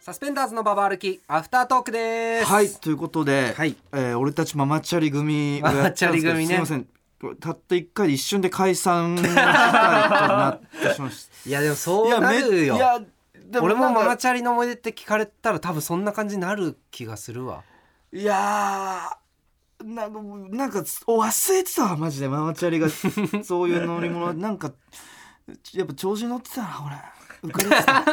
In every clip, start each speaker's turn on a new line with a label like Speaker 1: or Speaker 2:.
Speaker 1: サスペンダーズのババ歩きアフタートークです
Speaker 2: はいということで、
Speaker 1: はい
Speaker 2: えー俺たちママチャリ組をやってたんですけど
Speaker 1: ママチャリ組ね
Speaker 2: すいませんこれたった一回で一瞬で解散したいとなってしまいまし
Speaker 1: いやでも
Speaker 2: た
Speaker 1: そういなるよ
Speaker 2: いやで
Speaker 1: 俺も
Speaker 2: なんか
Speaker 1: ママチャリの思い出って聞かれたら多分そんな感じになる気がするわ
Speaker 2: いやーなんかもうなんかお忘れてたわマジでママチャリが そういう乗り物なんかやっぱ調子に乗って たな俺浮かれてた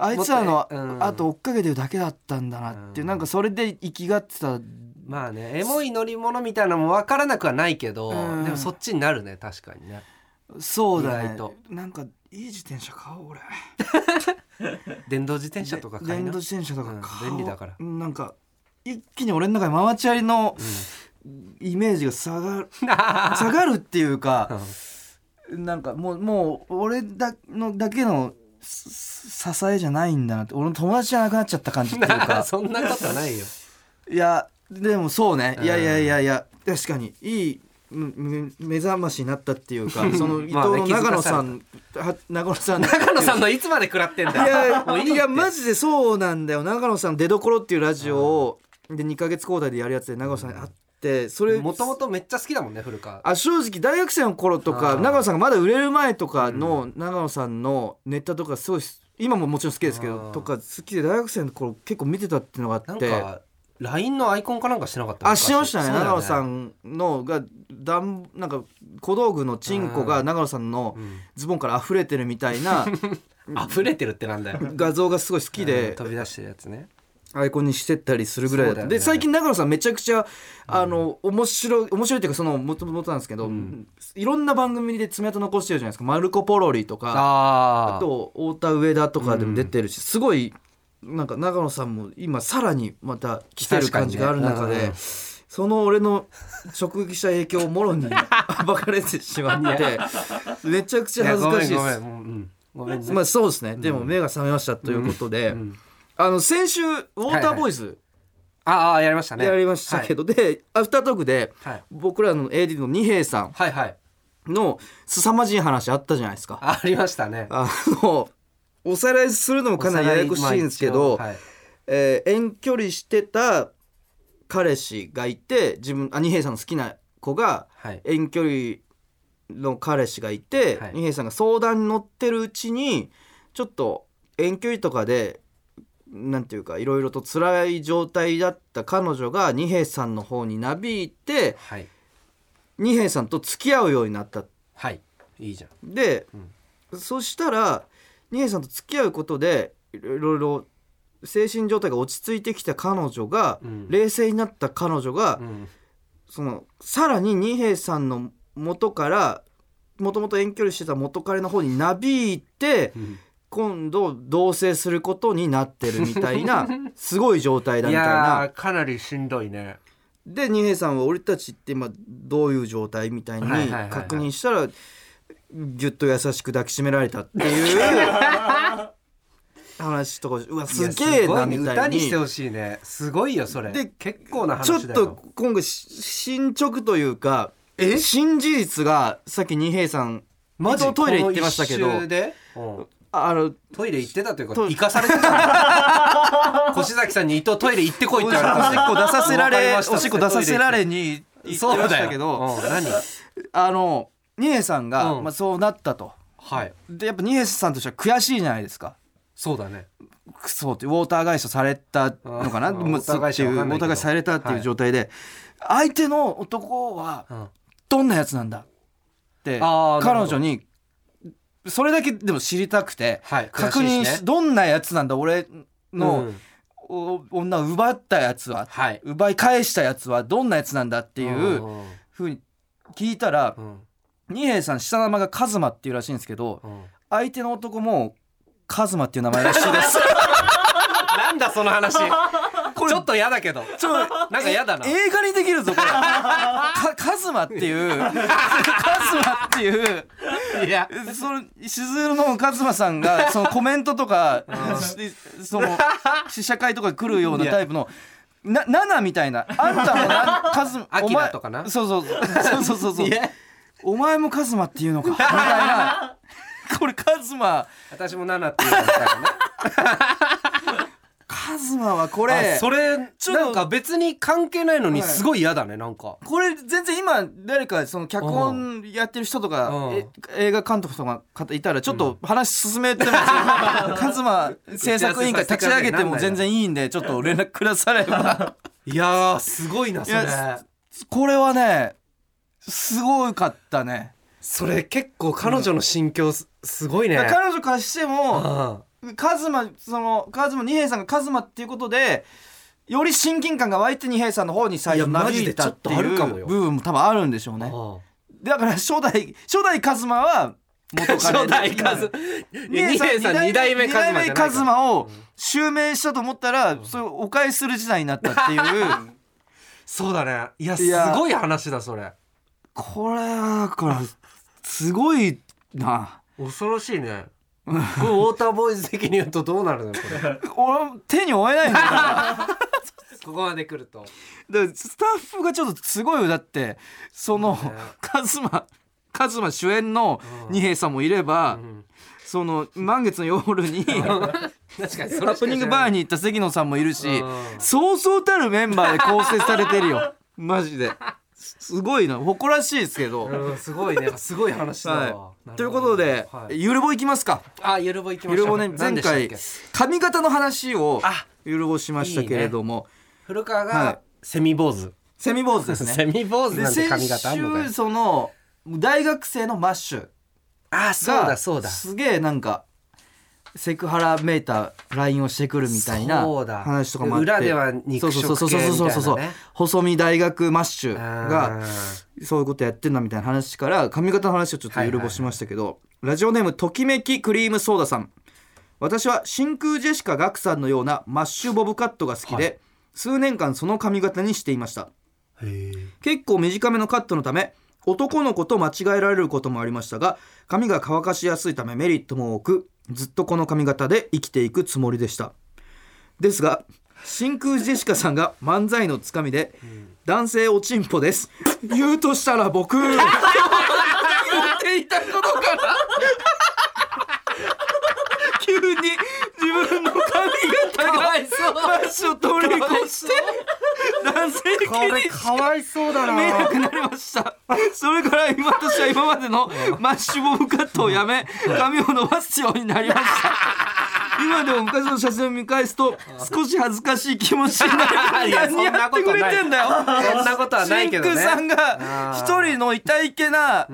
Speaker 2: あいつらの、
Speaker 1: もっとうん
Speaker 2: あと追っかけてるだけだったんだなっていう、なんかそれで生きがってた
Speaker 1: まあねエモい乗り物みたいなのも分からなくはないけど、
Speaker 2: うん
Speaker 1: でもそっちになるね確かにね
Speaker 2: そう
Speaker 1: 意
Speaker 2: だね
Speaker 1: 外と
Speaker 2: なんかいい自転車買おう俺
Speaker 1: 電動自転車とか買い
Speaker 2: 電
Speaker 1: な
Speaker 2: 動自転車とか買おう、
Speaker 1: うん便利だから
Speaker 2: なんか一気に俺の中でママチャリのイメージが下がる下がるっていうか、なんかもうもう俺だのだけのす支えじゃないんだなって俺の友達じゃなくなっちゃった感じっていうか
Speaker 1: そ んなことないよ
Speaker 2: いやでもそうね
Speaker 1: うん
Speaker 2: いやいやいやいや確かにいいむむ目覚ましになったってい うかその伊藤
Speaker 1: まあね
Speaker 2: の長野さん、は長野さん
Speaker 1: 中野さんのいつまで食らってんだ
Speaker 2: いや
Speaker 1: もういいっ
Speaker 2: い
Speaker 1: て
Speaker 2: やマジでそうなんだよ長野さん「出どころ」っていうラジオをで2か月交代でやるやつで長野さんに会ってそれ
Speaker 1: もともとめっちゃ好きだもんね古川
Speaker 2: あ正直大学生の頃とか
Speaker 1: あー
Speaker 2: 長野さんがまだ売れる前とかの長野さんのネタとかすごい今ももちろん好きですけ
Speaker 1: あー
Speaker 2: どとか好きで大学生の頃結構見てたっていうのがあ
Speaker 1: な
Speaker 2: っ
Speaker 1: ん
Speaker 2: て。
Speaker 1: か LINE のアイコンかなんかしてなかった
Speaker 2: あしましたね
Speaker 1: そうだ
Speaker 2: 長
Speaker 1: よ
Speaker 2: 野さんのがだんなんか小道具のチンコが長野さんの
Speaker 1: うん
Speaker 2: ズボンから溢れてるみたいな
Speaker 1: 溢れてるってなんだよ
Speaker 2: 画像がすごい好き
Speaker 1: うん
Speaker 2: で
Speaker 1: 飛び出してるやつね
Speaker 2: アイコンにしてったりするぐらいだった
Speaker 1: そうだよね
Speaker 2: で最近長野さんめちゃくちゃあの、面白い面白いっていうかそのもともとなんですけど、
Speaker 1: うん
Speaker 2: いろんな番組で爪痕残してるじゃないですか「マルコ・ポロリ」とか
Speaker 1: あ
Speaker 2: あと太田上田とかでも出てるし、すごいなんか長野さんも今さらにまた来てる感じがある中
Speaker 1: 確かに
Speaker 2: で、
Speaker 1: ねうん
Speaker 2: その俺の直撃した影響をもろに 暴かれてしまってめちゃくちゃ恥ずかしい
Speaker 1: やごめん
Speaker 2: で
Speaker 1: ごめんうんごめん
Speaker 2: す。
Speaker 1: ね
Speaker 2: まあそうですね、でも目が覚めましたということで、
Speaker 1: うん
Speaker 2: あの先週ウォーターボーイズ、
Speaker 1: ああやりましたね
Speaker 2: やりましたけど、でアフタートークで
Speaker 1: はい
Speaker 2: 僕らの AD の二平さ
Speaker 1: はいはい
Speaker 2: んの凄まじい話あったじゃないですか。
Speaker 1: ありましたね
Speaker 2: あのおさらいするのもかなりややこしいんですけど、
Speaker 1: はい
Speaker 2: えー遠距離してた彼氏がいて自分あ二平さんの好きな子が
Speaker 1: はい
Speaker 2: 遠距離の彼氏がいて、
Speaker 1: はい
Speaker 2: 二平さんが相談に乗ってるうちにちょっと遠距離とかでなんていうかいろいろと辛い状態だった彼女が二平さんの方になびいて
Speaker 1: はい
Speaker 2: 二平さんと付き合うようになった
Speaker 1: はいいいじゃん
Speaker 2: で、そしたら二平さんと付き合うことでいろいろ精神状態が落ち着いてきた彼女が、
Speaker 1: うん
Speaker 2: 冷静になった彼女が、
Speaker 1: うん
Speaker 2: そのさらに二平さんの元からもともと遠距離してた元彼の方になびいて
Speaker 1: うん
Speaker 2: 今度同棲することになってるみた いなすごい状態だ
Speaker 1: い
Speaker 2: みたい
Speaker 1: やー
Speaker 2: な。
Speaker 1: かなりしんどいね
Speaker 2: で二平さんは俺たちって今どういう状態みたいに
Speaker 1: はいはいはいはい
Speaker 2: 確認したらぎゅっと優しく抱きしめられたっていう 話とかうわすげえなみた
Speaker 1: 歌
Speaker 2: い
Speaker 1: にし
Speaker 2: に
Speaker 1: て。ほしいねすごいよそれ
Speaker 2: で
Speaker 1: 結構な
Speaker 2: ちょっ
Speaker 1: 話だよ
Speaker 2: と今回し進捗というか新事実がさっき二平さん
Speaker 1: マジ
Speaker 2: 伊藤トイレ行ってましたけど
Speaker 1: この一周でうん
Speaker 2: あの
Speaker 1: トイレ行ってたというか
Speaker 2: トイ
Speaker 1: 行かされてた 越崎さんに伊藤トイレ行ってこいって言われ
Speaker 2: お
Speaker 1: た
Speaker 2: しっこ出させら
Speaker 1: わかり
Speaker 2: れ
Speaker 1: ま
Speaker 2: お
Speaker 1: した
Speaker 2: しっこ出させられに言って
Speaker 1: そ
Speaker 2: ま
Speaker 1: う
Speaker 2: し
Speaker 1: だ
Speaker 2: た
Speaker 1: よ
Speaker 2: けど
Speaker 1: うん何
Speaker 2: あの二平さんが、
Speaker 1: うん
Speaker 2: まあ、そうなったと
Speaker 1: はい
Speaker 2: でやっぱ二平さんとしては悔しいじゃないですか
Speaker 1: そうだね
Speaker 2: クソってウォーター返しをされたのかな
Speaker 1: あー
Speaker 2: まあ
Speaker 1: ウォーター返しは
Speaker 2: っていう
Speaker 1: わかん
Speaker 2: ウ
Speaker 1: ないけど
Speaker 2: ォーター返しされたっていう状態で、相手の男は
Speaker 1: うん
Speaker 2: どんなやつなんだって
Speaker 1: あーなる
Speaker 2: 彼
Speaker 1: ほど
Speaker 2: 女にそれだけでも知りたくて、
Speaker 1: はい
Speaker 2: 確認し
Speaker 1: 悔しいしね
Speaker 2: どんなやつなんだ俺
Speaker 1: う
Speaker 2: の、
Speaker 1: ん
Speaker 2: お女を奪ったやつは、
Speaker 1: はい
Speaker 2: 奪い返したやつはどんなやつなんだってい
Speaker 1: ん
Speaker 2: うふうに聞いたら
Speaker 1: う、ん
Speaker 2: 二平さん下の名前がカズマっていうらしいんですけど、
Speaker 1: うん
Speaker 2: 相手の男もカズマっていう名前らしいです
Speaker 1: なんだその話ちょっと嫌だけどなんか嫌だな
Speaker 2: 映画にできるぞこれ かカズマっていうカズマっていう
Speaker 1: いや
Speaker 2: そのしずるのカズマさ んがそのコメントとかしその試写会とか来るようなタイプの。な、ナナみたいな、あんたも な、カズマ、
Speaker 1: アキ
Speaker 2: お前
Speaker 1: ラとかな
Speaker 2: そうそう、そうそうそうそう
Speaker 1: い、や
Speaker 2: お前もカズマっていうのか、みたいな。これカズマ、
Speaker 1: 私もナナって言われたからね
Speaker 2: カズマはこ
Speaker 1: あ
Speaker 2: れ
Speaker 1: それ
Speaker 2: ちょっと
Speaker 1: なんか別に関係ないのに
Speaker 2: はい
Speaker 1: すごい嫌だねなんか
Speaker 2: これ全然今誰かその脚本やってる人とか
Speaker 1: うん
Speaker 2: え映画監督とか方いたらちょっと話進めても、カズマ制作委員会立ち上げても全然いいんでちょっと連絡くだされば
Speaker 1: いやーすごいないそれ
Speaker 2: やこれはねすごかったね
Speaker 1: それ結構彼女の心境すすごいね
Speaker 2: 彼女からしても
Speaker 1: あ
Speaker 2: カズマそのカズマ二平さんがカズマっていうことでより親近感が湧いて二平さんの方に最初
Speaker 1: いやマ
Speaker 2: な
Speaker 1: ジ
Speaker 2: び
Speaker 1: で
Speaker 2: い
Speaker 1: ちょ
Speaker 2: たっ
Speaker 1: ってと
Speaker 2: い
Speaker 1: ある
Speaker 2: う
Speaker 1: かもよ
Speaker 2: 部分も多分あるんでしょうね
Speaker 1: あ
Speaker 2: だから初代初代カズマは元カレ
Speaker 1: 初代カズいや二
Speaker 2: 二
Speaker 1: 平
Speaker 2: 代
Speaker 1: さん二代目カズマじゃない
Speaker 2: 二代目
Speaker 1: か
Speaker 2: カ
Speaker 1: ら
Speaker 2: ズマを襲名したと思ったらそれをお返しする時代になったっていう
Speaker 1: そうだねいやす
Speaker 2: いや
Speaker 1: ごい話だそれ
Speaker 2: これはだからすごいな
Speaker 1: 恐ろしいねこれウォーターボーイズ的に言うとどうなるのよこれ
Speaker 2: 俺は手に負えないんだよだか
Speaker 1: ここま で来ると
Speaker 2: らスタッフがちょっとすごいよだってその
Speaker 1: そうだね
Speaker 2: カズマカズマ主演の
Speaker 1: うん
Speaker 2: 二平さんもいれば、
Speaker 1: ん
Speaker 2: その満月の夜に
Speaker 1: 確かに
Speaker 2: ハプニングバー
Speaker 1: ー
Speaker 2: に行った関野さんもいるし、
Speaker 1: うん
Speaker 2: そうそうたるメンバーで構成されて るよマジですごいな誇らしいですけど、
Speaker 1: うんすごいねすごい話だわなるほ
Speaker 2: は
Speaker 1: ど
Speaker 2: い、ということで、
Speaker 1: はい
Speaker 2: ゆるぼいきますか
Speaker 1: あゆるぼ行きま
Speaker 2: ゆ
Speaker 1: しょ
Speaker 2: る
Speaker 1: う
Speaker 2: ぼね
Speaker 1: 何
Speaker 2: 前
Speaker 1: でしたっ
Speaker 2: 回
Speaker 1: け
Speaker 2: 髪型の話を
Speaker 1: あ
Speaker 2: ゆるぼしましたけれども
Speaker 1: 古川
Speaker 2: はい
Speaker 1: がセミ坊主
Speaker 2: セミ坊主で す
Speaker 1: セ
Speaker 2: ね
Speaker 1: ミ坊主
Speaker 2: で
Speaker 1: なんて
Speaker 2: 先
Speaker 1: 髪型あんのかよ
Speaker 2: 週その大学生のマッシュが
Speaker 1: あそうだそうだ
Speaker 2: すげえなんかセクハラめいた LINE をしてくるみたいな
Speaker 1: そうだ
Speaker 2: 話とかもあって
Speaker 1: 裏では肉食系みたいなね
Speaker 2: そうそうそうそうそうそうそう細身大学マッシュ
Speaker 1: あ
Speaker 2: が
Speaker 1: ー
Speaker 2: そういうことやってんなみたいな話から髪型の話をちょっとゆるぼしましたけど、ラジオネームときめきクリームソーダさん私は真空ジェシカガクさんのようなマッシュボブカットが好きで、
Speaker 1: はい
Speaker 2: 数年間その髪型にしていました
Speaker 1: へえ
Speaker 2: 結構短めのカットのため男の子と間違えられることもありましたが髪が乾かしやすいためメリットも多くずっとこの髪型で生きていくつもりでしたですが真空ジェシカさんが漫才のつかみで「男性おちんぽです」言うとしたら僕言っていたことから急に自分の髪型が
Speaker 1: かわいそう
Speaker 2: マッシュを通り越して男性的
Speaker 1: これ
Speaker 2: に
Speaker 1: かわいそう だ
Speaker 2: 見えな
Speaker 1: な
Speaker 2: くなりましたそれから今私は今までのマッシュボブカットをやめ髪を伸ばすようになり ました今でも昔の写真を見返すと少し恥ずかしい気持ちになる
Speaker 1: いや
Speaker 2: 何やってくれてんだよ
Speaker 1: そんなことはないけどね
Speaker 2: シンクさんが
Speaker 1: あー
Speaker 2: 一人の痛いけな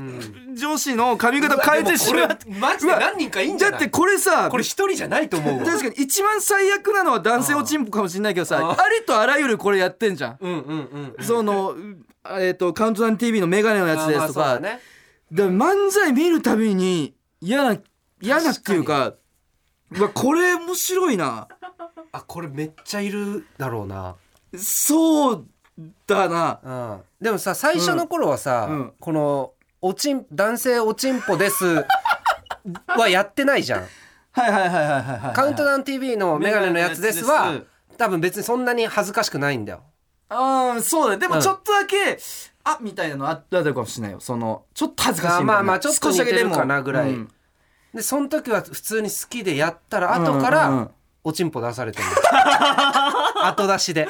Speaker 2: 上司の髪型を変えてしま
Speaker 1: う
Speaker 2: っ
Speaker 1: わでもこれマジで何人かいいんじ
Speaker 2: だ
Speaker 1: ゃ
Speaker 2: っ
Speaker 1: ない
Speaker 2: てこれさ
Speaker 1: これ一人じゃないと思うわ
Speaker 2: 確かに一番最悪なのは男性おちんぽかもしれないけどさありとあらゆるこれやってんじゃん
Speaker 1: うんうんうん
Speaker 2: その、うんえっ、と、カウントダウン TV のメガネのやつですとか、
Speaker 1: あーまあそうだね
Speaker 2: だから漫才見るたびに嫌な、嫌なっていうか、うわこれ面白いな。
Speaker 1: あこれめっちゃいるだろうな
Speaker 2: そうだな。
Speaker 1: うんでもさ最初の頃はさ、
Speaker 2: うん
Speaker 1: このおちん男性おちんぽです はやってないじゃん
Speaker 2: はいはいはいはいはい、はい。
Speaker 1: カウントダウン TV のメガネのやつです
Speaker 2: メガネのや
Speaker 1: は
Speaker 2: つで
Speaker 1: 多分別にそんなに恥ずかしくないんだよ
Speaker 2: ああ、そうだね。で
Speaker 1: う
Speaker 2: も
Speaker 1: ん
Speaker 2: ちょっとだけ、あみたいなのあったかもしれないよ。その、ちょっと恥ずかしいみたいな。
Speaker 1: あーまあまあちょっと似てるかなぐらい
Speaker 2: うん
Speaker 1: でその時は普通に好きでやったら後か
Speaker 2: うんうんうん
Speaker 1: らおちんぽ出されてる 後出しで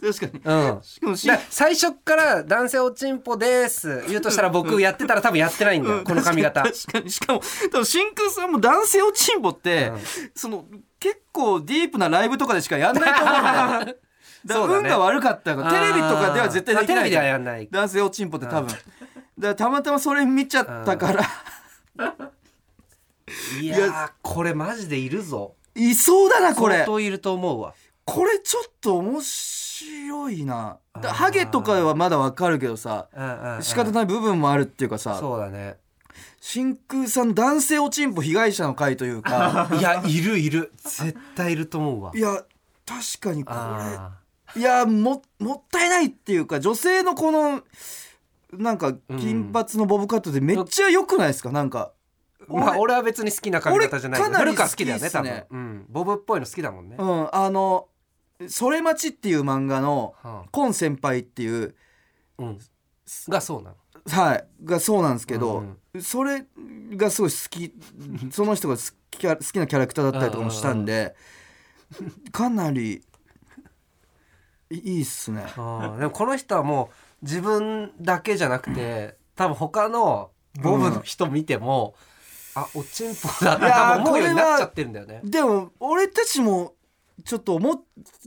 Speaker 2: 確かに。
Speaker 1: うん
Speaker 2: しかもし
Speaker 1: だから最初っから男性おちんぽです言うとしたら僕やってたら多分やってないんだよこの髪型
Speaker 2: 確かにしかも多分真空さんも男性おちんぼって、
Speaker 1: うん
Speaker 2: その結構ディープなライブとかでしかやんないと 思うんだよだか
Speaker 1: そ
Speaker 2: ら
Speaker 1: うだね
Speaker 2: 運が悪かったからテレビとかでは絶対できない
Speaker 1: あーテレビではやんない
Speaker 2: 男性おちんぼって多分だからたまたまそれ見ちゃったから
Speaker 1: いや
Speaker 2: い
Speaker 1: ー
Speaker 2: や
Speaker 1: これマジでいるぞ
Speaker 2: いそうだなこれ
Speaker 1: 相当いると思うわ
Speaker 2: これちょっと面白いなだ
Speaker 1: あー
Speaker 2: ハゲとかはまだわかるけどさ仕方
Speaker 1: い
Speaker 2: ない部分もあるっていうかさ
Speaker 1: そうだね
Speaker 2: 真空さん男性おちんぼ被害者の会とい うか
Speaker 1: いやいるいる絶対いると思うわ
Speaker 2: いや確かにこれ
Speaker 1: あ
Speaker 2: いやももったいないっていうか女性のこのなんか金髪のボブカットでめっちゃ良くないですかなんか
Speaker 1: ーまあ俺は別に好きな髪型じゃないけど
Speaker 2: 俺かなり
Speaker 1: 古川好きだよね
Speaker 2: 好
Speaker 1: 多
Speaker 2: きっす
Speaker 1: 分
Speaker 2: ね
Speaker 1: うんボブっぽいの好きだもんね
Speaker 2: うんあの「それ待ち」っていう漫画の
Speaker 1: は
Speaker 2: コン先輩っていう
Speaker 1: あうんがそうなの
Speaker 2: はいがそうなんですけど、
Speaker 1: うん
Speaker 2: それがすごい好きその人が好きキャラ好きなキャラクターだったりとかもしたんで、かなりいいいっすね
Speaker 1: あーでもこの人はもう自分だけじゃなくて多分他のボブの人見ても、あおちんぽだって
Speaker 2: いや
Speaker 1: 多分
Speaker 2: ー
Speaker 1: 思うように
Speaker 2: これは
Speaker 1: なっちゃってるんだよね
Speaker 2: でも俺たちもちょっと思っ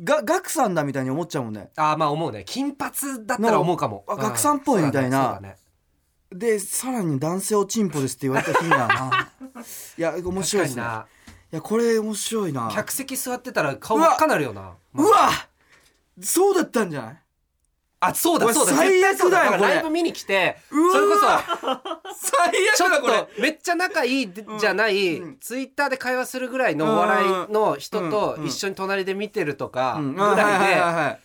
Speaker 2: がガクさんだみたいに思っちゃうもんね
Speaker 1: あーまあ思うね金髪だったら思うかも
Speaker 2: なんかあ
Speaker 1: うん
Speaker 2: 学さんっぽいみたいな
Speaker 1: そうだね
Speaker 2: でさらに男性をチンポですって言われた日だ ないや面
Speaker 1: そう
Speaker 2: 白
Speaker 1: だね確
Speaker 2: いですね
Speaker 1: か
Speaker 2: いやこれ面白いな
Speaker 1: にな客席座ってたら顔
Speaker 2: うわ
Speaker 1: 真っ赤なるよな
Speaker 2: うわそうだったんじゃない
Speaker 1: あそうだ
Speaker 2: うわ
Speaker 1: そうだ
Speaker 2: 最悪だよ
Speaker 1: 絶対そうだ
Speaker 2: これ
Speaker 1: だからライブ見に来てそう
Speaker 2: わ
Speaker 1: れこそ
Speaker 2: 最
Speaker 1: ちょっとめっちゃ仲いいでじゃない、
Speaker 2: うん
Speaker 1: ツイッターで会話するぐらいのお笑いの人と
Speaker 2: うんうん
Speaker 1: 一緒に隣で見てるとか
Speaker 2: うん
Speaker 1: ぐ
Speaker 2: はいはいはい
Speaker 1: らい
Speaker 2: はい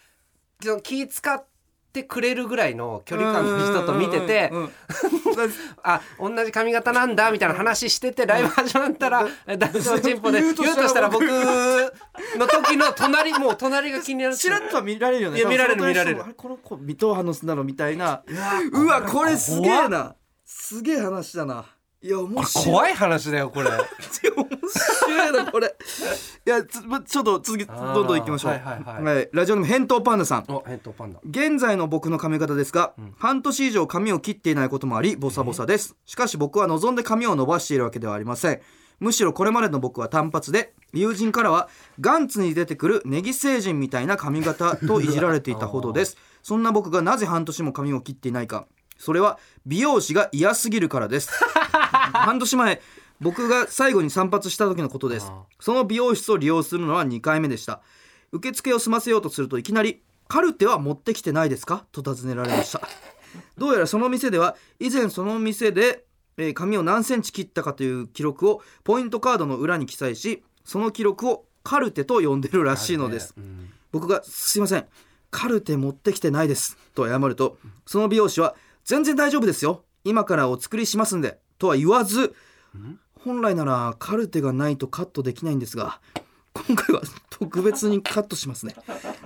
Speaker 1: でその気使ってくれるぐらいの距離感の人と見てて
Speaker 2: うんうんうんうん
Speaker 1: あ同じ髪型なんだみたいな話しててライブ始まったら「男性チンポで」
Speaker 2: 言
Speaker 1: 言
Speaker 2: う
Speaker 1: うと
Speaker 2: としたら
Speaker 1: したら僕の時の隣もう隣が気になる
Speaker 2: ちらっとは見られるよね
Speaker 1: いや見られる
Speaker 2: 多分
Speaker 1: 見られる
Speaker 2: あこの子見と話すなのみたいなうわこれすげえなすげえ話だないや面白い
Speaker 1: 怖い話だよこれ
Speaker 2: 面白いなこれいやつまちょっと続きどんどんいきましょう
Speaker 1: あーはいはい
Speaker 2: はいラジオネーム返答パンダさん
Speaker 1: お返答パンダ
Speaker 2: 現在の僕の髪型ですが、半年以上髪を切っていないこともありボサボサですしかし僕は望んで髪を伸ばしているわけではありませんむしろこれまでの僕は単発で友人からはガンツに出てくるネギ星人みたいな髪型といじられていたほどです そんな僕がなぜ半年も髪を切っていないかそれは美容師が嫌すぎるからです 半年前僕が最後に散髪した時のことです
Speaker 1: あ
Speaker 2: その美容室を利用するのは2回目でした受付を済ませようとするといきなり「カルテは持ってきてないですか?」と尋ねられましたどうやらその店では以前その店で、えー髪を何センチ切ったかという記録をポイントカードの裏に記載しその記録をカルテと呼んでるらしいのです、
Speaker 1: うん
Speaker 2: 僕が「すいませんカルテ持ってきてないです」と謝るとその美容師は「全然大丈夫ですよ今からお作りしますんで」とは言わず本来ならカルテがないとカットできないんですが今回は特別にカットしますね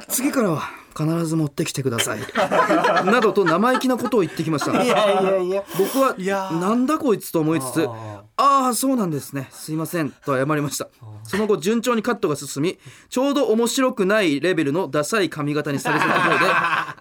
Speaker 2: 次からは必ず持ってきてくださいなどと生意気なことを言ってきました
Speaker 1: やいやいや
Speaker 2: 僕はい
Speaker 1: やー
Speaker 2: なんだこいつと思いつつああそうなんですねすいませんと謝りましたその後順調にカットが進みちょうど面白くないレベルのダサい髪型にされてたので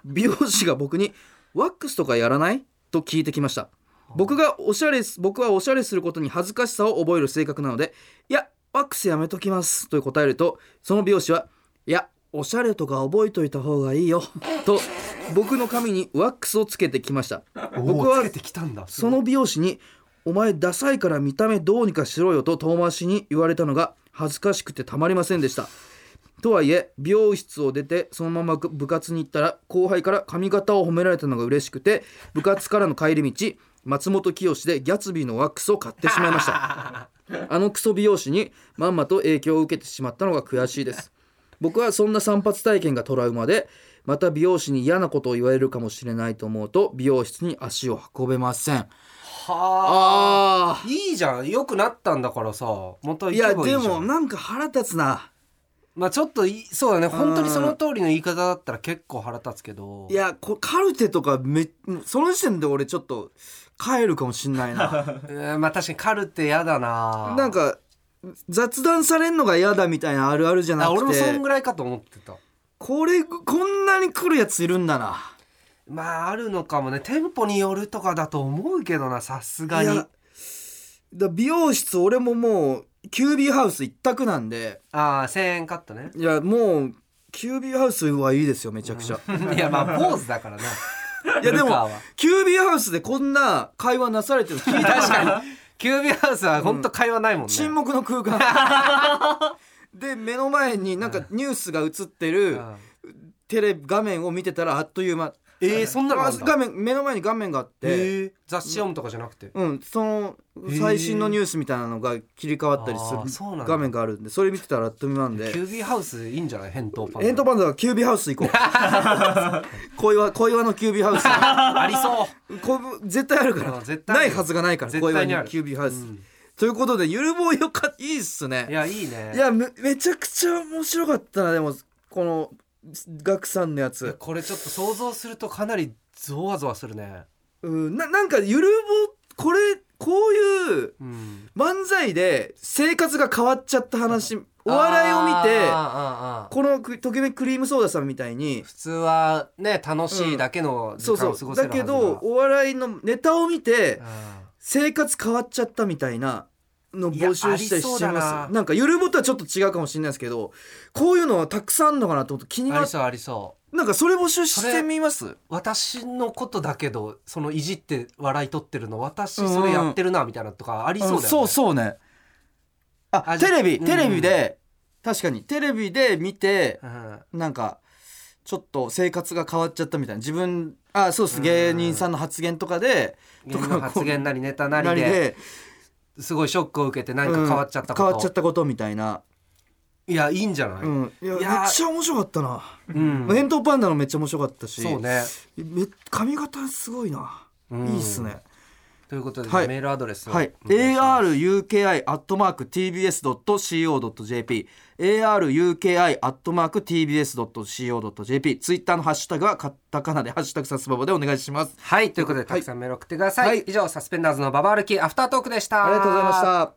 Speaker 2: 美容師が僕に「ワックスとかやらない?」と聞いてきました僕がおしゃれ僕はおしゃれすることに恥ずかしさを覚える性格なので「いやワックスやめときます」と答えるとその美容師は「いやおしゃれとか覚えといた方がいいよ」と僕の髪にワックスをつけてきました僕
Speaker 1: 僕は
Speaker 2: は
Speaker 1: つけてきたんだ
Speaker 2: その美容師に「お前ダサいから見た目どうにかしろよ」と遠回しに言われたのが恥ずかしくてたまりませんでしたとはいえ美容室を出てそのまま部部活に行ったら後輩から髪型を褒められたのが嬉しくて部活からの帰り道松本清でギャツビーのワックスを買ってしまいましたあのクソ美容師にまんまと影響を受けてしまったのが悔しいです僕はそんな散髪体験がトラウマでまた美容師に嫌なことを言われるかもしれないと思うと美容室に足を運べません
Speaker 1: はあ
Speaker 2: あ
Speaker 1: いいじゃん良くなったんだからさまた
Speaker 2: あい
Speaker 1: 行けばいいじ
Speaker 2: や
Speaker 1: ゃん
Speaker 2: でもなんか腹立つな
Speaker 1: まあちょっといそうだね本当にその通りの言い方だったら結構腹立つけど
Speaker 2: いやこカルテとかめその時点で俺ちょっと帰るかもしんな いな
Speaker 1: うんまあ確かにカルテやだな
Speaker 2: なんか雑談されんのが嫌だみたいなあるあるじゃな
Speaker 1: あ
Speaker 2: く
Speaker 1: 俺もそ
Speaker 2: て
Speaker 1: んぐらいかと思ってた
Speaker 2: これこんなに来るやついるんだな
Speaker 1: まああるのかもね店舗によるとかだと思うけどなさすが
Speaker 2: い
Speaker 1: に
Speaker 2: やだ美容室俺ももうキュービーハウス一択なんで
Speaker 1: ああ1000円カットね
Speaker 2: いやもうキュービーハウスはいいですよめちゃくちゃ、
Speaker 1: いやまあポーズだからな
Speaker 2: いやで
Speaker 1: 古川
Speaker 2: も
Speaker 1: は
Speaker 2: キュービーハウスでこんな会話なされてるの聞いた
Speaker 1: 確かにキュービーハウスは本当会話ないもんね、
Speaker 2: 沈黙の 空間で目の前になんかニュースが映って
Speaker 1: う
Speaker 2: る
Speaker 1: ん
Speaker 2: テレビ画面を見てたらあっという間
Speaker 1: えーそんなのあんだ
Speaker 2: あ画面目の前に画面があって、
Speaker 1: えー雑誌読むとかじゃなくて、
Speaker 2: うん、その
Speaker 1: ー
Speaker 2: 最新のニュースみたいなのが切り替わったり
Speaker 1: あー
Speaker 2: す
Speaker 1: そうなん
Speaker 2: る
Speaker 1: だ
Speaker 2: 画面があるんでそれ見てたらあっという間なん
Speaker 1: キ
Speaker 2: で
Speaker 1: ュービーハウスいいんじゃない返答パン
Speaker 2: エントバンドはキュービーハウス行こ う小岩小岩のキュービーハウス
Speaker 1: ありそう
Speaker 2: こ絶対あるから
Speaker 1: うん絶対あ
Speaker 2: な
Speaker 1: る
Speaker 2: いはずがないから小
Speaker 1: 絶
Speaker 2: 岩
Speaker 1: 対
Speaker 2: に
Speaker 1: にある
Speaker 2: キュービーハウス、
Speaker 1: うん
Speaker 2: ということでゆるぼうよかいいっすね
Speaker 1: いやいいね
Speaker 2: いやめめちゃくちゃ面白かったなでもこのガクさんのや
Speaker 1: いや
Speaker 2: つ、
Speaker 1: これちょっと想像するとかなりゾワゾワするね
Speaker 2: うん、ななんかゆるぼこれこういう
Speaker 1: うん
Speaker 2: 漫才で生活が変わっちゃった話お笑いを見て
Speaker 1: あーあーあー
Speaker 2: このくときめきクリームソーダさんみたいに
Speaker 1: 普通はね楽しいだけの時
Speaker 2: そう
Speaker 1: 間を過
Speaker 2: そ
Speaker 1: ご
Speaker 2: う
Speaker 1: せ
Speaker 2: だ
Speaker 1: るはず
Speaker 2: け
Speaker 1: が
Speaker 2: どお笑いのネタを見て
Speaker 1: あ
Speaker 2: 生活変わっちゃったみたいなの募集した
Speaker 1: いやあり
Speaker 2: り
Speaker 1: そう
Speaker 2: して
Speaker 1: だな
Speaker 2: ますなんかゆるぼとはちょっと違うかもしれないですけどこういうのはたくさんあるのかなと思って気に
Speaker 1: ーあ
Speaker 2: な
Speaker 1: り
Speaker 2: っ
Speaker 1: そうありそう
Speaker 2: なんかそれ募集してみます
Speaker 1: 私のことだけどそのいじって笑い取ってるの私それやってるなみたいなとかありそうだよね、
Speaker 2: んそうそうねあ
Speaker 1: あじゃ
Speaker 2: テ
Speaker 1: あ
Speaker 2: レビ
Speaker 1: うん
Speaker 2: テレビで、確かにテレビで見て
Speaker 1: うん
Speaker 2: なんかちょっと生活が変わっちゃったみたいな自分あそうです
Speaker 1: うん
Speaker 2: 芸人さんの発言とかで
Speaker 1: 芸人の発言なりネタなり
Speaker 2: 何
Speaker 1: ですごいショックを受けて何か
Speaker 2: うん
Speaker 1: 変わっちゃったこと、
Speaker 2: 変わっちゃったことみたいな、
Speaker 1: いやいいんじゃない、う
Speaker 2: うんん、いや
Speaker 1: いやー
Speaker 2: めっちゃ面白かったな、扁桃パンダのめっちゃ面白かったし
Speaker 1: そうね、
Speaker 2: め髪型すごいな、
Speaker 1: うん
Speaker 2: いいっすね
Speaker 1: ということで、
Speaker 2: はい
Speaker 1: メールアドレスを
Speaker 2: はい
Speaker 1: お願いします
Speaker 2: aruki.tbs.co.jp aruki.tbs.co.jp ツイッターのハッシュタグはカタカナで「ハッシュタグさすばば」でお願いします
Speaker 1: はいということでたくさんメール送ってください、
Speaker 2: はい
Speaker 1: 以上サスペンダーズのババ歩きアフタートークでした
Speaker 2: ありがとうございました